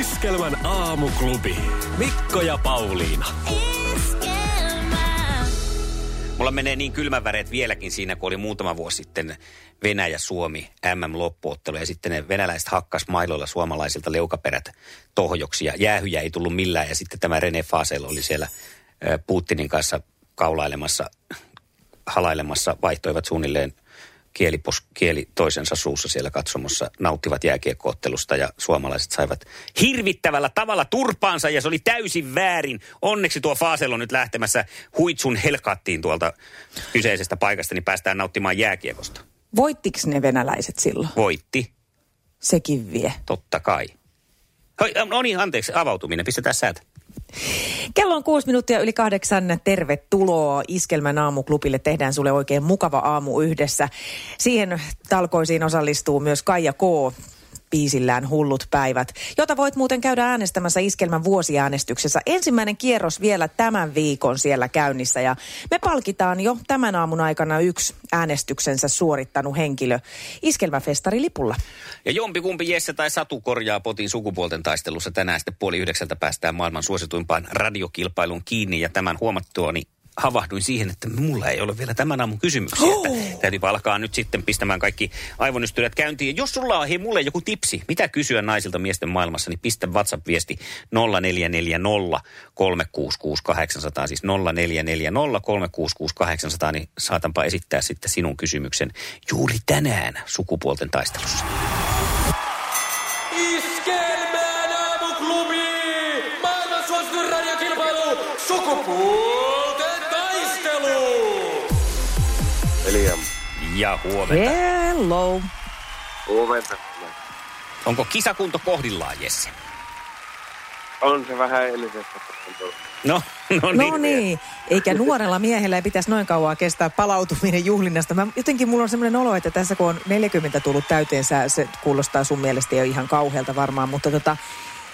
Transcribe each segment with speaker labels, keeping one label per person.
Speaker 1: Iskelmän aamuklubi. Mikko ja Pauliina.
Speaker 2: Mulla menee niin kylmän väreet vieläkin siinä, kun oli muutama vuosi sitten Venäjä-Suomi MM-loppuottelu ja sitten ne venäläiset hakkas mailoilla suomalaisilta leukaperät tohjoksi ja jäähyjä ei tullut millään ja sitten tämä René Fasel oli siellä ö, Putinin kanssa kaulailemassa, halailemassa, vaihtoivat suunnilleen kielipos, kieli toisensa suussa siellä katsomassa, nauttivat jääkiekkoottelusta ja suomalaiset saivat hirvittävällä tavalla turpaansa ja se oli täysin väärin. Onneksi tuo Faasel on nyt lähtemässä huitsun helkattiin tuolta kyseisestä paikasta, niin päästään nauttimaan jääkiekosta.
Speaker 3: Voittiks ne venäläiset silloin?
Speaker 2: Voitti,
Speaker 3: Sekin vie.
Speaker 2: totta kai. Hoi, no niin, anteeksi, avautuminen, pistetään säätä.
Speaker 3: Kello on kuusi minuuttia yli kahdeksan. Tervetuloa Iskelmän aamuklubille. Tehdään sulle oikein mukava aamu yhdessä. Siihen talkoisiin osallistuu myös Kaija K. Piisillään hullut päivät, jota voit muuten käydä äänestämässä Iskelmän vuosiäänestyksessä. Ensimmäinen kierros vielä tämän viikon siellä käynnissä ja me palkitaan jo tämän aamun aikana yksi äänestyksensä suorittanut henkilö Iskelmäfestarilipulla.
Speaker 2: Ja jompikumpi Jesse tai Satu korjaa potin sukupuolten taistelussa. Tänään sitten puoli yhdeksältä päästään maailman suosituimpaan radiokilpailuun kiinni. Ja tämän huomattuani havahduin siihen, että mulla ei ole vielä tämän aamun kysymyksiä. Että täytyy alkaa nyt sitten pistämään kaikki aivonystyrät käyntiin. Ja jos sulla on hei mulle joku tipsi, mitä kysyä naisilta miesten maailmassa, niin pistä WhatsApp-viesti 0440 366 800, siis 0440 366 800, niin saatanpa esittää sitten sinun kysymyksen juuri tänään sukupuolten taistelussa.
Speaker 4: Iskelmään aamuklubi! Maailman suosituin radiokilpailu! Sukupuolten taistelu!
Speaker 5: Eliam,
Speaker 2: Ja huomenta.
Speaker 3: Hello.
Speaker 5: huomenta.
Speaker 2: Onko kisakunto kohdillaan, Jesse?
Speaker 5: On se vähän eilisestä. parantunut.
Speaker 2: No, no niin.
Speaker 3: No niin, eikä nuorella miehellä ei pitäisi noin kauan kestää palautuminen juhlinnasta. Mä, jotenkin mulla on semmoinen olo, että tässä kun on 40 tullut täyteensä, se kuulostaa sun mielestä jo ihan kauhealta varmaan, mutta tota,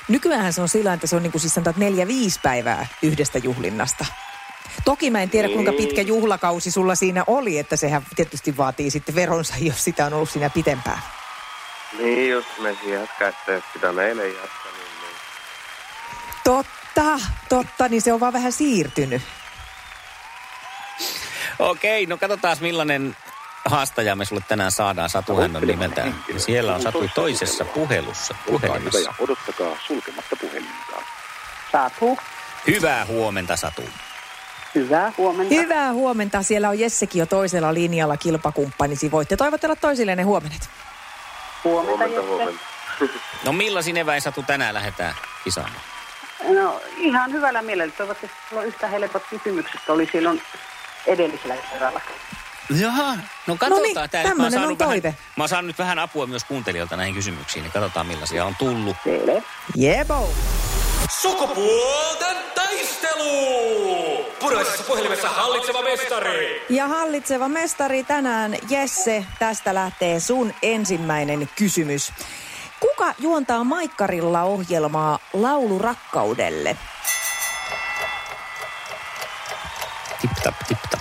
Speaker 3: nykyään se on sillä, että se on niin kuin siis sanotaan, että neljä viisi päivää yhdestä juhlinnasta. Toki mä en tiedä, kuinka pitkä juhlakausi sulla siinä oli, että sehän tietysti vaatii sitten veronsa, jos sitä on ollut siinä pitempään.
Speaker 5: Niin, jos me siihen jatkaa, että jos sitä on eilen jatkanut, niin
Speaker 3: Totta, totta, niin se on vaan vähän siirtynyt.
Speaker 2: Okei, no katsotaan millainen haastaja me sulle tänään saadaan. Satu hän on nimeltään. Siellä on Satu toisessa puhelussa, puhelimessa.
Speaker 6: odottakaa sulkematta puhelinta.
Speaker 7: Satu,
Speaker 2: Hyvää huomenta, Satu.
Speaker 7: hyvää huomenta.
Speaker 3: Hyvää huomenta. Siellä on Jessekin jo toisella linjalla kilpakumppanisi. Voitte toivotella toisillenne huomenet.
Speaker 7: huomenta,
Speaker 5: huomenta,
Speaker 7: Jesse.
Speaker 5: huomenta.
Speaker 2: No millaisin eväin, Satu, tänään lähdetään kisaamaan?
Speaker 7: No ihan hyvällä mielellä. Toivottavasti sulla on yhtä helpot kysymykset oli silloin edellisellä kerralla.
Speaker 2: Jaha, no katsotaan.
Speaker 3: niin,
Speaker 2: tää nyt. Mä oon
Speaker 3: tämmönen on
Speaker 2: saanut
Speaker 3: toive.
Speaker 2: Vähän, mä oon saanut nyt vähän apua myös kuuntelijoilta näihin kysymyksiin, niin katsotaan millaisia on tullut.
Speaker 7: Selvä.
Speaker 3: Jebo!
Speaker 4: Sukupuolten taistelu! Puraisessa puhelimessa hallitseva mestari!
Speaker 3: Ja hallitseva mestari tänään, Jesse, tästä lähtee sun ensimmäinen kysymys. Kuka juontaa Maikkarilla ohjelmaa Laulu rakkaudelle?
Speaker 2: Tip tap, tip tap.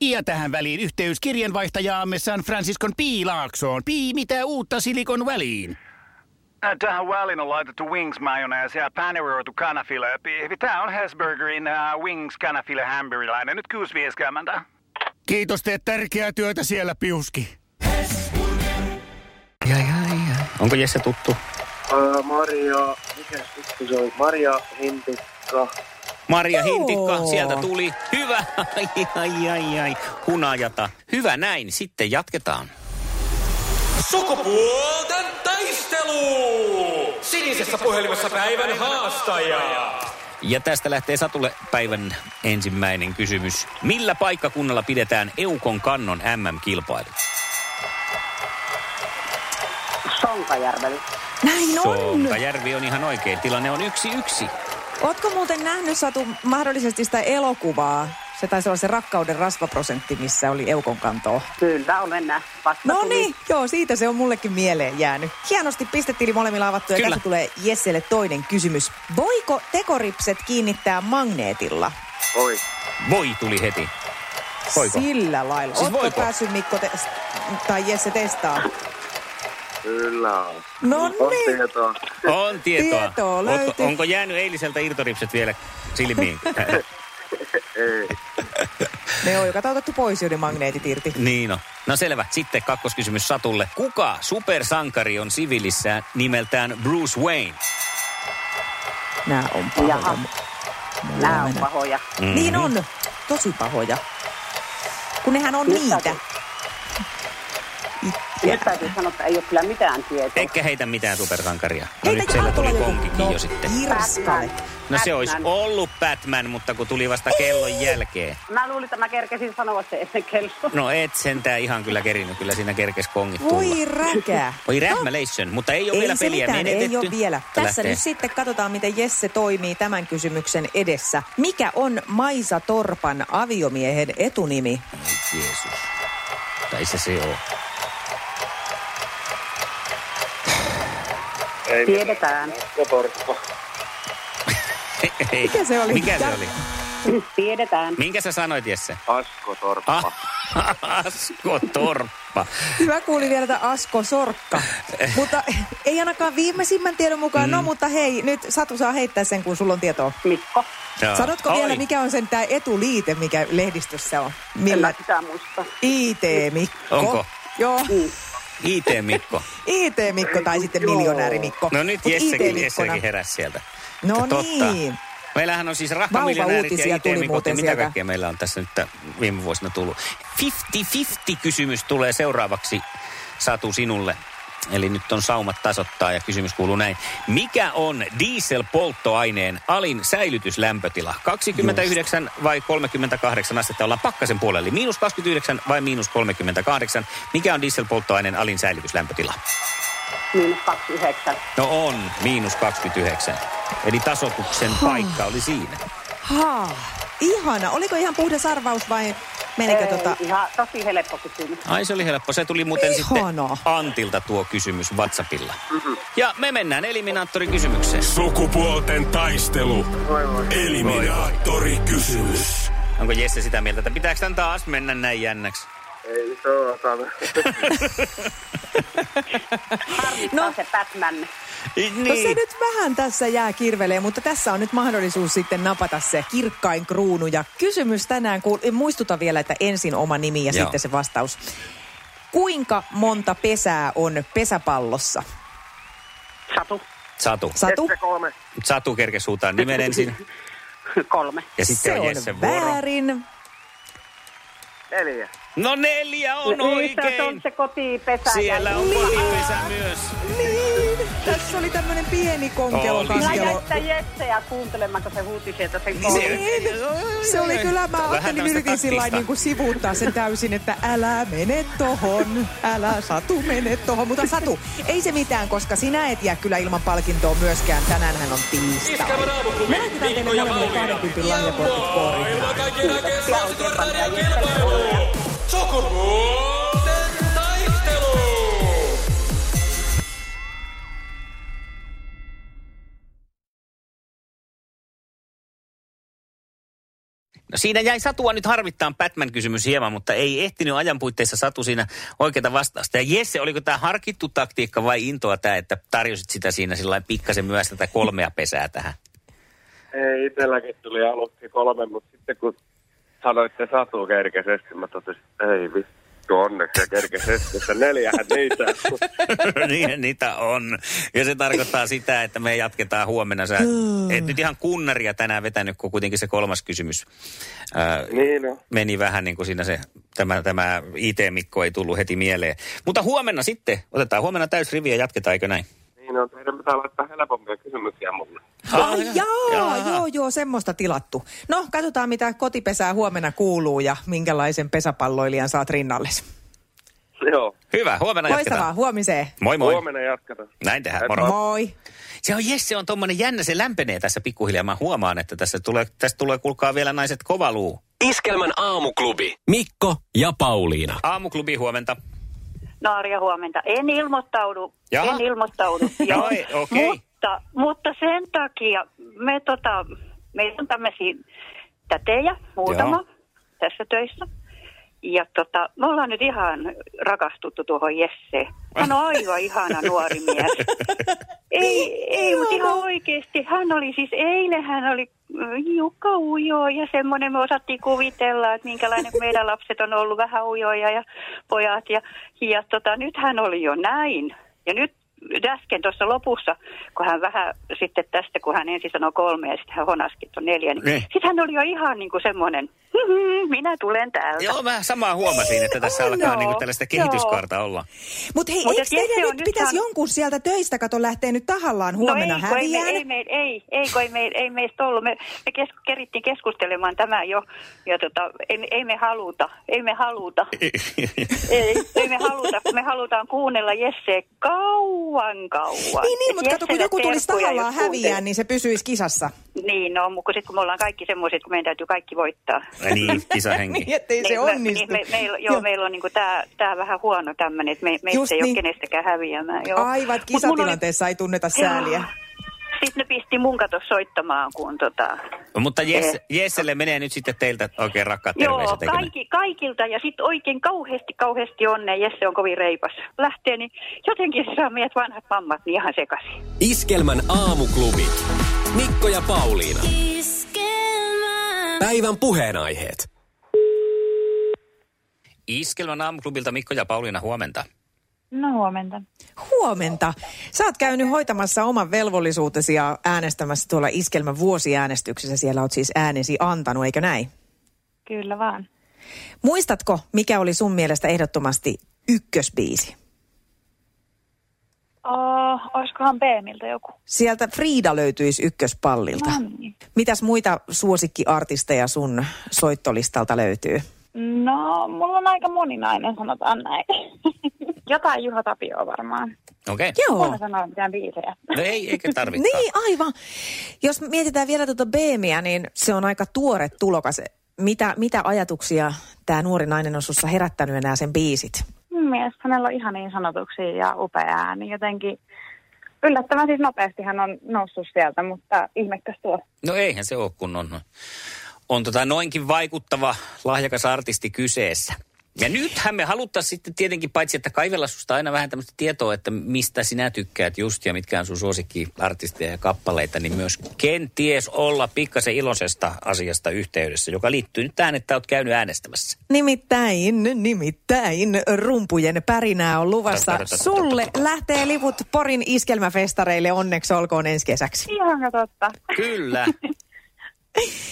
Speaker 8: Ja tähän väliin yhteys kirjanvaihtajaamme San Franciscon P. Laaksoon. P. Mitä uutta Silikon väliin?
Speaker 6: Äh, Tähän väliin on laitettu wings mayonnaise ja paneroitu kanafila. Tämä on Hesburgerin uh, wings kanafila hamburilainen. Nyt kuusi vieskäämäntä.
Speaker 8: Kiitos, teet tärkeää työtä siellä, Piuski.
Speaker 2: Onko Jesse tuttu?
Speaker 5: Öö, Maria, mikä vittu se oli? Maria Hintikka.
Speaker 2: Maria
Speaker 3: Joo.
Speaker 2: Hintikka, sieltä tuli. Hyvä. Ai, ai, ai, ai. Hunajata. Hyvä näin. Sitten jatketaan.
Speaker 4: Sukupuolten taistelu! Sinisessä puhelimessa päivän haastaja.
Speaker 2: Ja tästä lähtee Satulle päivän ensimmäinen kysymys. Millä paikkakunnalla pidetään Eukon kannon MM-kilpailu?
Speaker 7: Sonkajärvellä.
Speaker 3: Näin No on.
Speaker 2: Sonkajärvi on ihan oikein. Tilanne on yksi yksi.
Speaker 3: Ootko muuten nähnyt Satu mahdollisesti sitä elokuvaa? Se taisi olla se rakkauden rasvaprosentti, missä oli Eukon kantoa.
Speaker 7: Kyllä, olen nähnyt. Vasta
Speaker 3: No
Speaker 7: tuli.
Speaker 3: niin, joo, siitä se on mullekin mieleen jäänyt. Hienosti pistetili molemmilla avattu ja
Speaker 2: Kyllä.
Speaker 3: tässä tulee Jesselle toinen kysymys. Voiko tekoripset kiinnittää magneetilla?
Speaker 5: Oi,
Speaker 2: Voi tuli heti. Voiko?
Speaker 3: Sillä lailla.
Speaker 2: Siis
Speaker 3: Ootko
Speaker 2: voiko?
Speaker 3: päässyt Mikko te- tai Jesse testaa?
Speaker 5: kyllä on.
Speaker 3: No
Speaker 5: On
Speaker 3: niin.
Speaker 5: tietoa.
Speaker 2: On tietoa.
Speaker 3: Tietoa
Speaker 2: Ootko-
Speaker 3: löytyi.
Speaker 2: onko jäänyt eiliseltä irtoripset vielä silmiin? Äh,
Speaker 5: Ei.
Speaker 3: Ne on joka tapauksessa otettu pois, joiden magneetit irti.
Speaker 2: niin on. No selvä. Sitten kakkoskysymys Satulle. Kuka supersankari on siviilissä nimeltään Bruce Wayne?
Speaker 3: Nämä on pahoja.
Speaker 7: Jaha. Nämä on pahoja.
Speaker 3: Mm-hmm.
Speaker 2: Mhm.
Speaker 3: Niin on. Tosi pahoja. Kun nehän on
Speaker 7: Nyt
Speaker 3: niitä.
Speaker 2: No
Speaker 7: täytyy- Nyt täytyy sanoa, että ei ole kyllä mitään tietoa.
Speaker 2: Eikä heitä mitään supersankaria. No
Speaker 3: Heitä
Speaker 2: nyt siellä tuli
Speaker 3: jalkoja.
Speaker 2: konkikin
Speaker 3: No,
Speaker 2: jo sitten.
Speaker 3: Pirskalle.
Speaker 2: No se
Speaker 7: Batman.
Speaker 2: olisi ollut Batman, mutta kun tuli vasta kellon jälkeen.
Speaker 7: Mä luulin, että mä kerkesin sanoa se ennen kello.
Speaker 2: No et sentään ihan kyllä kerinyt, kyllä siinä kerkes kongit tulla.
Speaker 3: Voi räkä.
Speaker 2: Voi rähmäleissön, mutta ei ole
Speaker 3: No. Ei
Speaker 2: vielä
Speaker 3: se
Speaker 2: peliä
Speaker 3: mitään,
Speaker 2: menetetty.
Speaker 3: ei ole vielä.
Speaker 2: Mutta
Speaker 3: Tässä
Speaker 2: lähtee.
Speaker 3: nyt sitten katsotaan, miten Jesse toimii tämän kysymyksen edessä. Mikä on Maisa Torpan aviomiehen etunimi?
Speaker 2: Ai Jeesus. Tai se se on.
Speaker 5: Ei
Speaker 7: Tiedetään.
Speaker 5: Kotorppa.
Speaker 3: Mikä se oli?
Speaker 2: Mikä se
Speaker 3: Tää-
Speaker 2: oli?
Speaker 7: Tiedetään.
Speaker 2: Minkä sä sanoit, Jesse?
Speaker 5: Asko Torppa.
Speaker 2: Ah, Asko Torppa.
Speaker 3: Hyvä kuuli vielä tämä Asko Sorkka. mutta ei ainakaan viimeisimmän tiedon mukaan.
Speaker 2: Mm.
Speaker 3: No mutta hei, nyt Satu saa heittää sen, kun sulla on tietoa.
Speaker 7: Mikko.
Speaker 2: Joo.
Speaker 3: Sanotko
Speaker 2: Oi.
Speaker 3: vielä, mikä on sen tämä etuliite, mikä lehdistössä on?
Speaker 7: En
Speaker 3: Millä?
Speaker 7: mä sitä muista.
Speaker 3: IT-Mikko.
Speaker 2: Onko?
Speaker 3: Joo,
Speaker 2: IT-Mikko.
Speaker 3: IT-Mikko tai sitten miljonääri-Mikko.
Speaker 2: No nyt
Speaker 3: Mut
Speaker 2: Jessekin,
Speaker 3: IT-Mikkona.
Speaker 2: Jessekin heräsi sieltä.
Speaker 3: No
Speaker 2: Että
Speaker 3: niin.
Speaker 2: Meillähän on siis rahkamiljonäärit ja
Speaker 3: Vauva-uutisia tuli
Speaker 2: IT-mikot ja
Speaker 3: muuten
Speaker 2: mitä
Speaker 3: sieltä.
Speaker 2: kaikkea meillä on tässä nyt tä- viime vuosina tullut. 50-50 kysymys tulee seuraavaksi Satu sinulle. Eli nyt on saumat tasoittaa ja kysymys kuuluu näin. Mikä on dieselpolttoaineen alin säilytyslämpötila? 29 vai 38 astetta? Ollaan pakkasen puolella. Eli miinus 29 vai miinus 38? Mikä on dieselpolttoaineen alin säilytyslämpötila?
Speaker 7: Miinus 29.
Speaker 2: No on, miinus 29. Eli tasotuksen paikka oli siinä.
Speaker 3: Haa, ihana. Oliko ihan puhdas arvaus vai menikö
Speaker 7: Ei,
Speaker 3: tota...
Speaker 7: Ihan tosi helppo kysymys.
Speaker 2: Ai se oli helppo. Se tuli muuten
Speaker 3: Ihanaa.
Speaker 2: sitten Antilta tuo kysymys WhatsAppilla. Ja me mennään eliminaattorikysymykseen.
Speaker 4: Sukupuolten taistelu. Eliminaattorikysymys.
Speaker 2: Onko Jesse sitä mieltä, että pitääkö tämän taas mennä näin jännäksi?
Speaker 3: No
Speaker 5: Ei se tuota- oo sana.
Speaker 7: No. Se Batman.
Speaker 3: No
Speaker 2: Niin.
Speaker 3: se nyt vähän tässä jää kirvelee, mutta tässä on nyt mahdollisuus sitten napata se kirkkain kruunu. Ja kysymys tänään, kun muistuta vielä, että ensin oma nimi ja
Speaker 2: Joo.
Speaker 3: sitten se vastaus. Kuinka monta pesää on pesäpallossa?
Speaker 7: Satu.
Speaker 2: Satu.
Speaker 3: Satu?
Speaker 5: Jesse kolme.
Speaker 2: Satu kerkes huutaa nimen ensin
Speaker 7: Kolme.
Speaker 2: ja sitten
Speaker 3: Se
Speaker 2: on
Speaker 3: on
Speaker 2: Jessen vuoro.
Speaker 3: väärin.
Speaker 5: Neljä.
Speaker 2: No neljä on
Speaker 7: Niissä Niin, se on
Speaker 2: oikein.
Speaker 7: se kotipesä.
Speaker 2: Siellä on kotipesä myös.
Speaker 3: Niin, tässä oli tämmöinen pieni konkelo.
Speaker 2: Oli.
Speaker 7: Mä jäin
Speaker 3: kankelo.
Speaker 7: sitä Jesseä kuuntelemaan, kun se huuti sieltä sen
Speaker 2: Niin
Speaker 7: kolme.
Speaker 3: Niin. Se oli kyllä, mä
Speaker 2: Vähän
Speaker 3: ajattelin,
Speaker 2: tämmöistä
Speaker 3: yritin sillä
Speaker 2: taktista.
Speaker 3: niin kuin sivuuttaa sen täysin, että älä mene tohon, älä Satu mene tohon. Mutta Satu, ei se mitään, koska sinä et jää kyllä ilman palkintoa myöskään. Tänäänhän on tiistai.
Speaker 4: Iskävän aamuklubi,
Speaker 3: Me laitetaan teille
Speaker 4: Mikko ja
Speaker 3: molemmille
Speaker 4: Pauliina.
Speaker 3: 20 lahjakortit kooriin.
Speaker 4: Maailman kaikkien aikeen suosituen radiokilpailu. Sukupuolten taistelu.
Speaker 2: No siinä jäi Satua nyt harmittaan Batman-kysymys hieman, mutta ei ehtinyt ajan puitteissa Satu siinä oikeita vastausta. Ja Jesse, oliko tämä harkittu taktiikka vai intoa tämä, että tarjosit sitä siinä sillä lailla pikkasen myös tätä kolmea pesää tähän?
Speaker 5: Ei, itselläkin tuli aluksi kolme, mutta sitten kun sanoitte Satu kerkesesti, mä totesin, että ei vittu. sattuu onneksi ja kerkesi hetkessä neljähän niitä.
Speaker 2: niin, niitä on. Ja se tarkoittaa sitä, että me jatketaan huomenna. Sä et nyt ihan kunnaria tänään vetänyt, kun kuitenkin se kolmas kysymys ää,
Speaker 5: niin no.
Speaker 2: meni vähän niin kuin siinä se, tämä, tämä IT-mikko ei tullut heti mieleen. Mutta huomenna sitten, otetaan huomenna täysriviä ja jatketaan, eikö näin?
Speaker 5: Niin on, teidän pitää laittaa helpompia kysymyksiä mulle.
Speaker 3: Ai jaa, joo, joo, semmoista tilattu. No, katsotaan mitä kotipesää huomenna kuuluu ja minkälaisen pesäpalloilijan saat rinnallesi.
Speaker 5: Joo.
Speaker 2: Hyvä, huomenna
Speaker 3: Loistavaa,
Speaker 2: No, jatketaan.
Speaker 3: huomiseen.
Speaker 2: Moi moi.
Speaker 5: Huomenna jatketaan.
Speaker 2: Näin tehdään,
Speaker 3: Moi.
Speaker 2: moro.
Speaker 3: Moi.
Speaker 2: Se on, jes, se on tommonen jännä, se lämpenee tässä pikkuhiljaa. Mä huomaan, että tässä tulee, tästä tulee kuulkaa vielä naiset kovaluu.
Speaker 4: Iskelmän aamuklubi.
Speaker 1: Mikko ja Pauliina.
Speaker 2: Aamuklubi huomenta.
Speaker 7: No Arja, huomenta. En ilmoittaudu.
Speaker 2: Jaha.
Speaker 7: En ilmoittaudu.
Speaker 2: Joo, ei, okei.
Speaker 7: Mutta, mutta sen takia me tota, meillä on tämmöisiä tätejä muutama
Speaker 2: Joo.
Speaker 7: tässä töissä. Ja tota, me ollaan nyt ihan rakastuttu tuohon Jesseen. Hän on aivan ihana nuori mies. ei, ei mutta ihan oikeasti. Hän oli siis, eilen hän oli mm, Jukka ujo ja semmoinen me osattiin kuvitella, että minkälainen kun meidän lapset on ollut vähän ujoja ja pojat. Ja, ja tota, nyt hän oli jo näin. Ja nyt äsken tuossa lopussa, kun hän vähän sitten tästä, kun hän ensin sanoi kolme ja sitten hän honaskin tuon neljä,
Speaker 2: Niin.
Speaker 7: niin sitten hän oli jo ihan niin kuin semmoinen, "Mhm, minä tulen täältä.
Speaker 2: Joo, mä samaa huomasin, että tässä
Speaker 7: Niin on,
Speaker 2: alkaa
Speaker 7: joo.
Speaker 2: niinku tällaista kehityskaarta olla.
Speaker 3: Mutta hei,
Speaker 7: Mut
Speaker 3: eikö
Speaker 7: jos Jesse
Speaker 3: teidän
Speaker 7: on
Speaker 3: nyt
Speaker 7: nyt
Speaker 3: pitäisi
Speaker 7: saanut-
Speaker 3: jonkun sieltä töistä kato lähteä nyt tahallaan huomenna
Speaker 7: no ei, kun
Speaker 3: häviään?
Speaker 7: ei, me, ei, me, ei, ei, kun ei, me, ei meistä ollut. Me, me kes, kerittiin keskustelemaan tämä jo, ja tota, ei, ei, me haluta, ei me haluta. ei, ei me haluta, kun me halutaan kuunnella Jesse kauan kauan.
Speaker 3: Niin, niin,
Speaker 7: Et
Speaker 3: mutta kato, kun
Speaker 7: Jesselle
Speaker 3: joku tulisi
Speaker 7: terkkuja,
Speaker 3: tahallaan
Speaker 7: jos kuuntelet.
Speaker 3: häviään, niin se pysyisi kisassa.
Speaker 7: Niin, no, mutta sitten kun me ollaan kaikki semmoiset, kun meidän täytyy kaikki voittaa.
Speaker 2: Ai niin, kisahenki.
Speaker 3: Niin, ettei se
Speaker 7: Niin,
Speaker 3: onnistu.
Speaker 7: Me, niin, me, meillä, joo, joo, meillä on niinku tää, tää vähän huono tämmöinen, että me, meistä
Speaker 3: Just
Speaker 7: ei niin.
Speaker 3: niin.
Speaker 7: ole kenestäkään häviämään. Joo.
Speaker 3: Aivan,
Speaker 7: Mut mulla oli-
Speaker 3: kisatilanteessa ei tunneta sääliä.
Speaker 7: Sitten ne pisti mun kato soittamaan, kun tota...
Speaker 2: Mutta Jesse, Jesselle menee nyt sitten teiltä oikein rakkaat
Speaker 7: Joo,
Speaker 2: terveiset, eikö näin?
Speaker 7: kaikki, kaikilta ja sitten oikein kauheasti, kauheasti onnea. Jesse on kovin reipas. Lähtee, niin jotenkin se saa meidät vanhat mammat niin ihan sekaisin.
Speaker 1: Iskelmän aamuklubi. Mikko ja Pauliina. Päivän puheenaiheet.
Speaker 2: Iskelmän aamuklubilta Mikko ja Pauliina huomenta.
Speaker 9: No huomenta.
Speaker 3: Huomenta. Sä oot käynyt hoitamassa oman velvollisuutesi ja äänestämässä tuolla iskelmän vuosiäänestyksessä. Siellä oot siis äänesi antanut, eikö näin?
Speaker 9: Kyllä vaan.
Speaker 3: Muistatko, mikä oli sun mielestä ehdottomasti ykkösbiisi?
Speaker 9: Oh, oiskohan Beemiltä joku?
Speaker 3: Sieltä Frida löytyisi ykköspallilta.
Speaker 9: No niin.
Speaker 3: Mitäs muita suosikkiartisteja sun soittolistalta löytyy?
Speaker 9: No, mulla on aika moninainen, sanotaan näin. Jotain Juha Tapio varmaan.
Speaker 2: Okei.
Speaker 3: Joo.
Speaker 9: Mä sanoin mitään biisejä.
Speaker 2: No ei, eikä tarvitse.
Speaker 3: Niin, aivan. Jos mietitään vielä tuota Beemiä, niin se on aika tuore tulokas. Mitä, mitä ajatuksia tämä nuori nainen on sussa herättänyt enää sen biisit?
Speaker 9: Mun mielestä hänellä on ihan niin sanotuksia ja upea ääni. Jotenkin yllättävän siis nopeasti hän on noussut sieltä, mutta ihmekäs tuo.
Speaker 2: No eihän se ole, kun on, on tota noinkin vaikuttava lahjakas artisti kyseessä. Ja nythän me haluttaisiin sitten tietenkin paitsi, että kaivella susta aina vähän tämmöistä tietoa, että mistä sinä tykkäät just ja mitkä on sun suosikkiartisteja ja kappaleita, niin myös kenties olla pikkasen iloisesta asiasta yhteydessä, joka liittyy nyt tähän, että olet käynyt äänestämässä.
Speaker 3: Nimittäin, nimittäin rumpujen pärinää on luvassa. Sulle lähtee liput Porin iskelmäfestareille, onneksi olkoon ensi kesäksi.
Speaker 9: Ihan totta.
Speaker 2: Kyllä.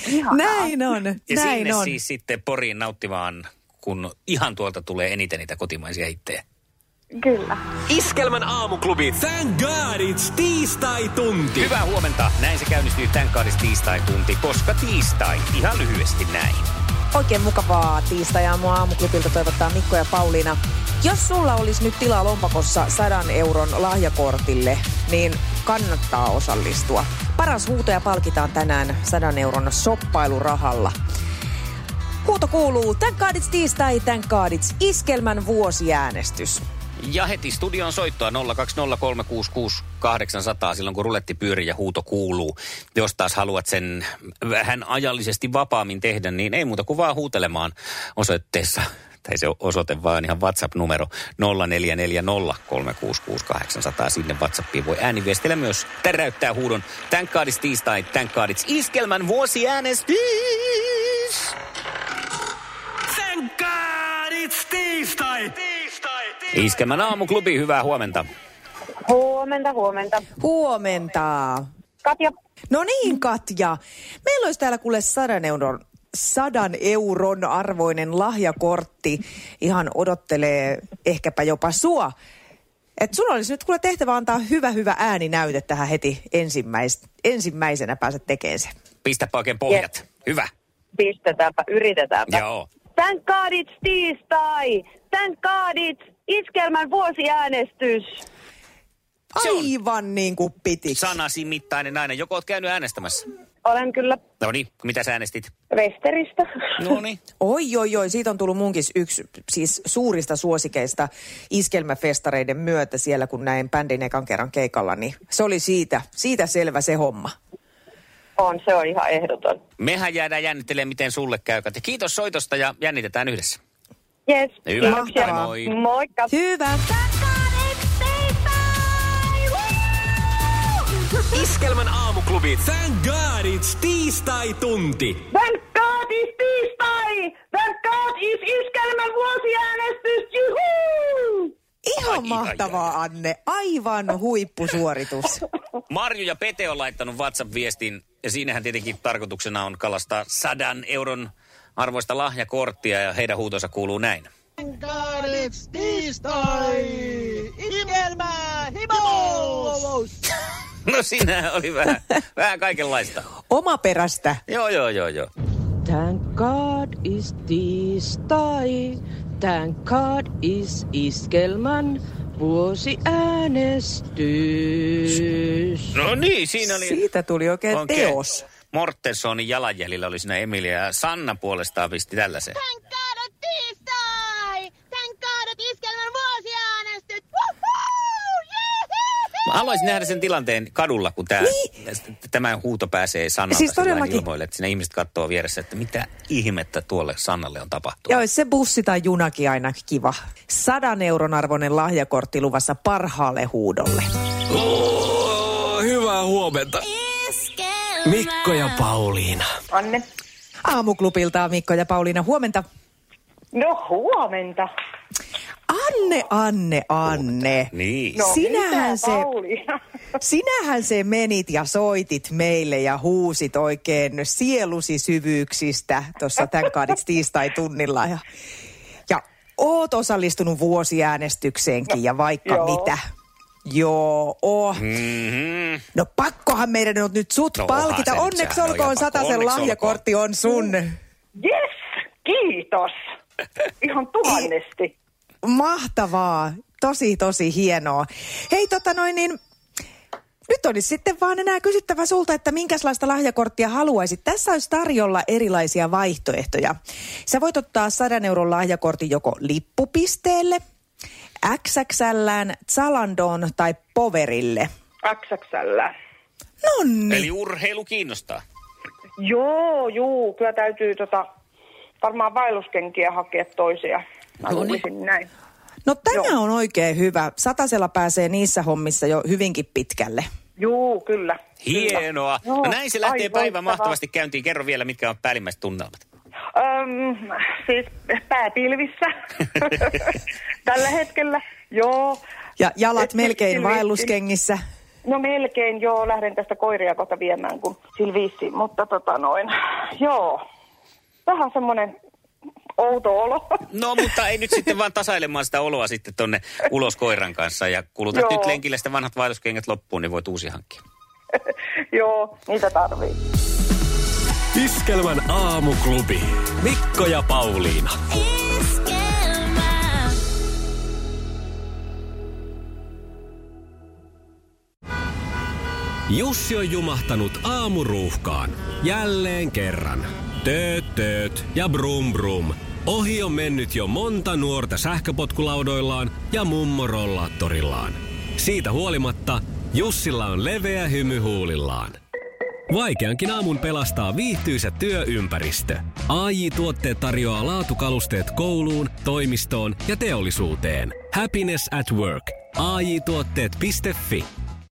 Speaker 9: Ihan
Speaker 3: Näin on,
Speaker 2: Ja
Speaker 3: näin
Speaker 2: sinne
Speaker 3: on.
Speaker 2: siis sitten Poriin nauttimaan, kun ihan tuolta tulee eniten niitä kotimaisia hittejä.
Speaker 9: Kyllä.
Speaker 1: Iskelmän aamuklubi. Thank God it's tiistai tunti.
Speaker 2: Hyvää huomenta. Näin se käynnistyy tämän kaadis tiistai-tunti, koska tiistai, ihan lyhyesti näin.
Speaker 3: Oikein mukavaa tiistajaa mua aamuklubilta toivottaa Mikko ja Pauliina. Jos sulla olisi nyt tilaa lompakossa 100 euron lahjakortille, niin kannattaa osallistua. Paras huutoja palkitaan tänään 100 euron soppailurahalla. Huuto kuuluu, tän kaadits tiistai, tän kaadits iskelmän vuosiäänestys.
Speaker 2: Ja heti studioon soittoa 020366800 silloin, kun ruletti pyörii ja huuto kuuluu. Jos taas haluat sen vähän ajallisesti vapaammin tehdä, niin ei muuta kuin vaan huutelemaan osoitteessa tai se osoite vaan ihan WhatsApp-numero 0440366800. Sinne WhatsAppiin voi ääniviestillä myös täräyttää huudon Tän kaadits tiistai, tän kaadits iskelmän vuosiäänestys!
Speaker 1: Thank God
Speaker 10: It's tiistai! Tiistai!
Speaker 2: Iskelmän aamuklubi, hyvää huomenta.
Speaker 7: Huomenta, huomenta.
Speaker 3: Huomenta.
Speaker 7: Katja,
Speaker 3: No niin, Katja. Meillä olisi täällä kuule sadan euron, sadan euron arvoinen lahjakortti. Ihan odottelee ehkäpä jopa sua. Et sun olisi nyt kuule tehtävä antaa hyvä, hyvä ääninäyte tähän heti ensimmäis, ensimmäisenä pääset tekemään se.
Speaker 2: Pistäpä oikein pohjat. Hyvä.
Speaker 7: pistetäänpä, yritetäänpä.
Speaker 2: Joo.
Speaker 7: Thank God it's tiistai! Thank God it's iskelmän vuosiäänestys!
Speaker 2: Se on-
Speaker 3: Aivan niin kuin piti.
Speaker 2: Sanasi mittainen nainen. Joko oot käynyt äänestämässä?
Speaker 7: Olen kyllä
Speaker 2: No niin, mitä sä äänestit?
Speaker 7: Westeristä.
Speaker 2: No niin.
Speaker 3: Oi, oi, oi. Siitä on tullut munkin yksi siis suurista suosikeista iskelmäfestareiden myötä siellä, kun näin bändin ekan kerran keikalla. Niin se oli siitä, siitä selvä se homma.
Speaker 7: On, se on ihan ehdoton.
Speaker 2: Mehän jäädään jännittelemään, miten sulle käy. Katja. Kiitos soitosta ja jännitetään yhdessä.
Speaker 7: Yes,
Speaker 2: Hyvä.
Speaker 7: kiitoksia.
Speaker 2: Mahtavaa. Moi.
Speaker 7: Moikka.
Speaker 3: Hyvä.
Speaker 1: Iskelmän aamuklubi. Thank God it's tiistai tunti.
Speaker 7: Thank God it's tiistai! Thank God it's iskelmän vuosiäänestys! Juhuu!
Speaker 3: Ihan
Speaker 2: Ai,
Speaker 3: mahtavaa,
Speaker 2: ai,
Speaker 3: Anne. Aivan huippusuoritus.
Speaker 2: Marju ja Pete on laittanut WhatsApp-viestin ja siinähän tietenkin tarkoituksena on kalastaa sadan euron arvoista lahjakorttia ja heidän huutonsa kuuluu näin.
Speaker 11: Kaarit tiistai! Iskelmää himous!
Speaker 2: No siinä oli vähän, vähän kaikenlaista.
Speaker 3: Oma perästä.
Speaker 2: Joo, joo, joo, joo.
Speaker 11: Thank God is tiistai. Thank God is iskelman vuosiäänestys.
Speaker 2: No niin, siinä oli...
Speaker 3: Siitä tuli oikein okay.
Speaker 2: Okei.
Speaker 3: teos.
Speaker 2: Mortensonin jalanjäljellä oli siinä Emilia ja Sanna puolestaan pisti tällaisen.
Speaker 12: Thank God on tiistai! Thank God on iskelmän vuosiäänestys!
Speaker 2: Mä haluaisin nähdä sen tilanteen kadulla, kun tää, niin. tämä huuto pääsee Sannalta
Speaker 3: Siis
Speaker 2: siis
Speaker 3: todellakin.
Speaker 2: ilmoille. Että siinä ihmiset katsoo vieressä, että mitä ihmettä tuolle Sannalle on
Speaker 3: Ja
Speaker 2: tapahtunut.
Speaker 3: olisi se bussi tai junakin aina kiva. Sadan euron arvoinen lahjakortti luvassa parhaalle huudolle.
Speaker 1: Oh, hyvää huomenta. Mikko ja Pauliina.
Speaker 7: Anne.
Speaker 3: Aamuklubilta Mikko ja Pauliina, huomenta.
Speaker 7: No huomenta.
Speaker 3: Anne, Anne, Anne.
Speaker 2: Niin.
Speaker 7: No,
Speaker 3: Sinähän
Speaker 7: mitä,
Speaker 3: se-
Speaker 7: Pauliina?
Speaker 3: Sinähän se menit ja soitit meille ja huusit oikein sielusi syvyyksistä tuossa tämän kaadiksi tiistai-tunnilla. Ja, ja oot osallistunut vuosiäänestykseenkin ja vaikka
Speaker 7: Joo.
Speaker 3: mitä. Joo, oh.
Speaker 2: Mm-hmm.
Speaker 3: No pakkohan meidän on nyt sut
Speaker 2: No,
Speaker 3: no,
Speaker 2: onhan
Speaker 3: palkita.
Speaker 2: se nyt,
Speaker 3: Onneksi
Speaker 2: sehän on
Speaker 3: olkoon
Speaker 2: ihan pakko.
Speaker 3: sataisen
Speaker 2: Onneksi Mm.
Speaker 3: lahjakortti on sun.
Speaker 7: Yes, kiitos. Ihan tuhannesti.
Speaker 3: Mahtavaa. Tosi, tosi hienoa. Hei, tota noin niin... Nyt olisi sitten vaan enää kysyttävä sulta, että minkälaista lahjakorttia haluaisit. Tässä olisi tarjolla erilaisia vaihtoehtoja. Sä voit ottaa 100 euron lahjakortin joko lippupisteelle, XXLään, Zalandoon tai Poverille.
Speaker 7: XXL.
Speaker 3: Nonni.
Speaker 7: Niin.
Speaker 2: Eli urheilu kiinnostaa.
Speaker 7: Joo, juu, kyllä täytyy tota, varmaan vaelluskenkiä hakea toisia. Mä
Speaker 2: No niin.
Speaker 7: luulisin näin.
Speaker 3: No tämä
Speaker 7: Joo.
Speaker 3: on oikein hyvä. Satasella pääsee niissä hommissa jo hyvinkin pitkälle.
Speaker 7: Juu, kyllä.
Speaker 2: Hienoa.
Speaker 7: Joo,
Speaker 2: No näin se lähtee
Speaker 7: ai
Speaker 2: päivä
Speaker 7: loistavaa.
Speaker 2: mahtavasti käyntiin. Kerro vielä, mitkä on päällimmäiset tunnelmat.
Speaker 7: Öm, siis pääpilvissä tällä hetkellä, joo.
Speaker 3: Ja jalat
Speaker 7: Et-
Speaker 3: melkein
Speaker 7: silviitti.
Speaker 3: vaelluskengissä.
Speaker 7: No melkein, joo, lähden tästä koiria kohta viemään, kun silviisi, mutta tota noin, joo. Vähän semmoinen outo olo.
Speaker 2: No, mutta ei nyt sitten vaan tasailemaan sitä oloa sitten tonne ulos koiran kanssa. Ja kulutat
Speaker 7: Joo.
Speaker 2: nyt lenkillä sitten vanhat vaelluskengät loppuun, niin voit uusi hankkia.
Speaker 7: joo, niitä tarvii.
Speaker 1: Iskelmän aamuklubi. Mikko ja Pauliina.
Speaker 12: Iskelmää.
Speaker 1: Jussi on jumahtanut aamuruuhkaan. Jälleen kerran. Tööt, tööt ja brum brum. Ohi on mennyt jo monta nuorta sähköpotkulaudoillaan ja mummorollaattorillaan. Siitä huolimatta Jussilla on leveä hymy huulillaan. Vaikeankin aamun pelastaa viihtyisä työympäristö. AI Tuotteet tarjoaa laatukalusteet kouluun, toimistoon ja teollisuuteen. Happiness at work. AJ-tuotteet.fi.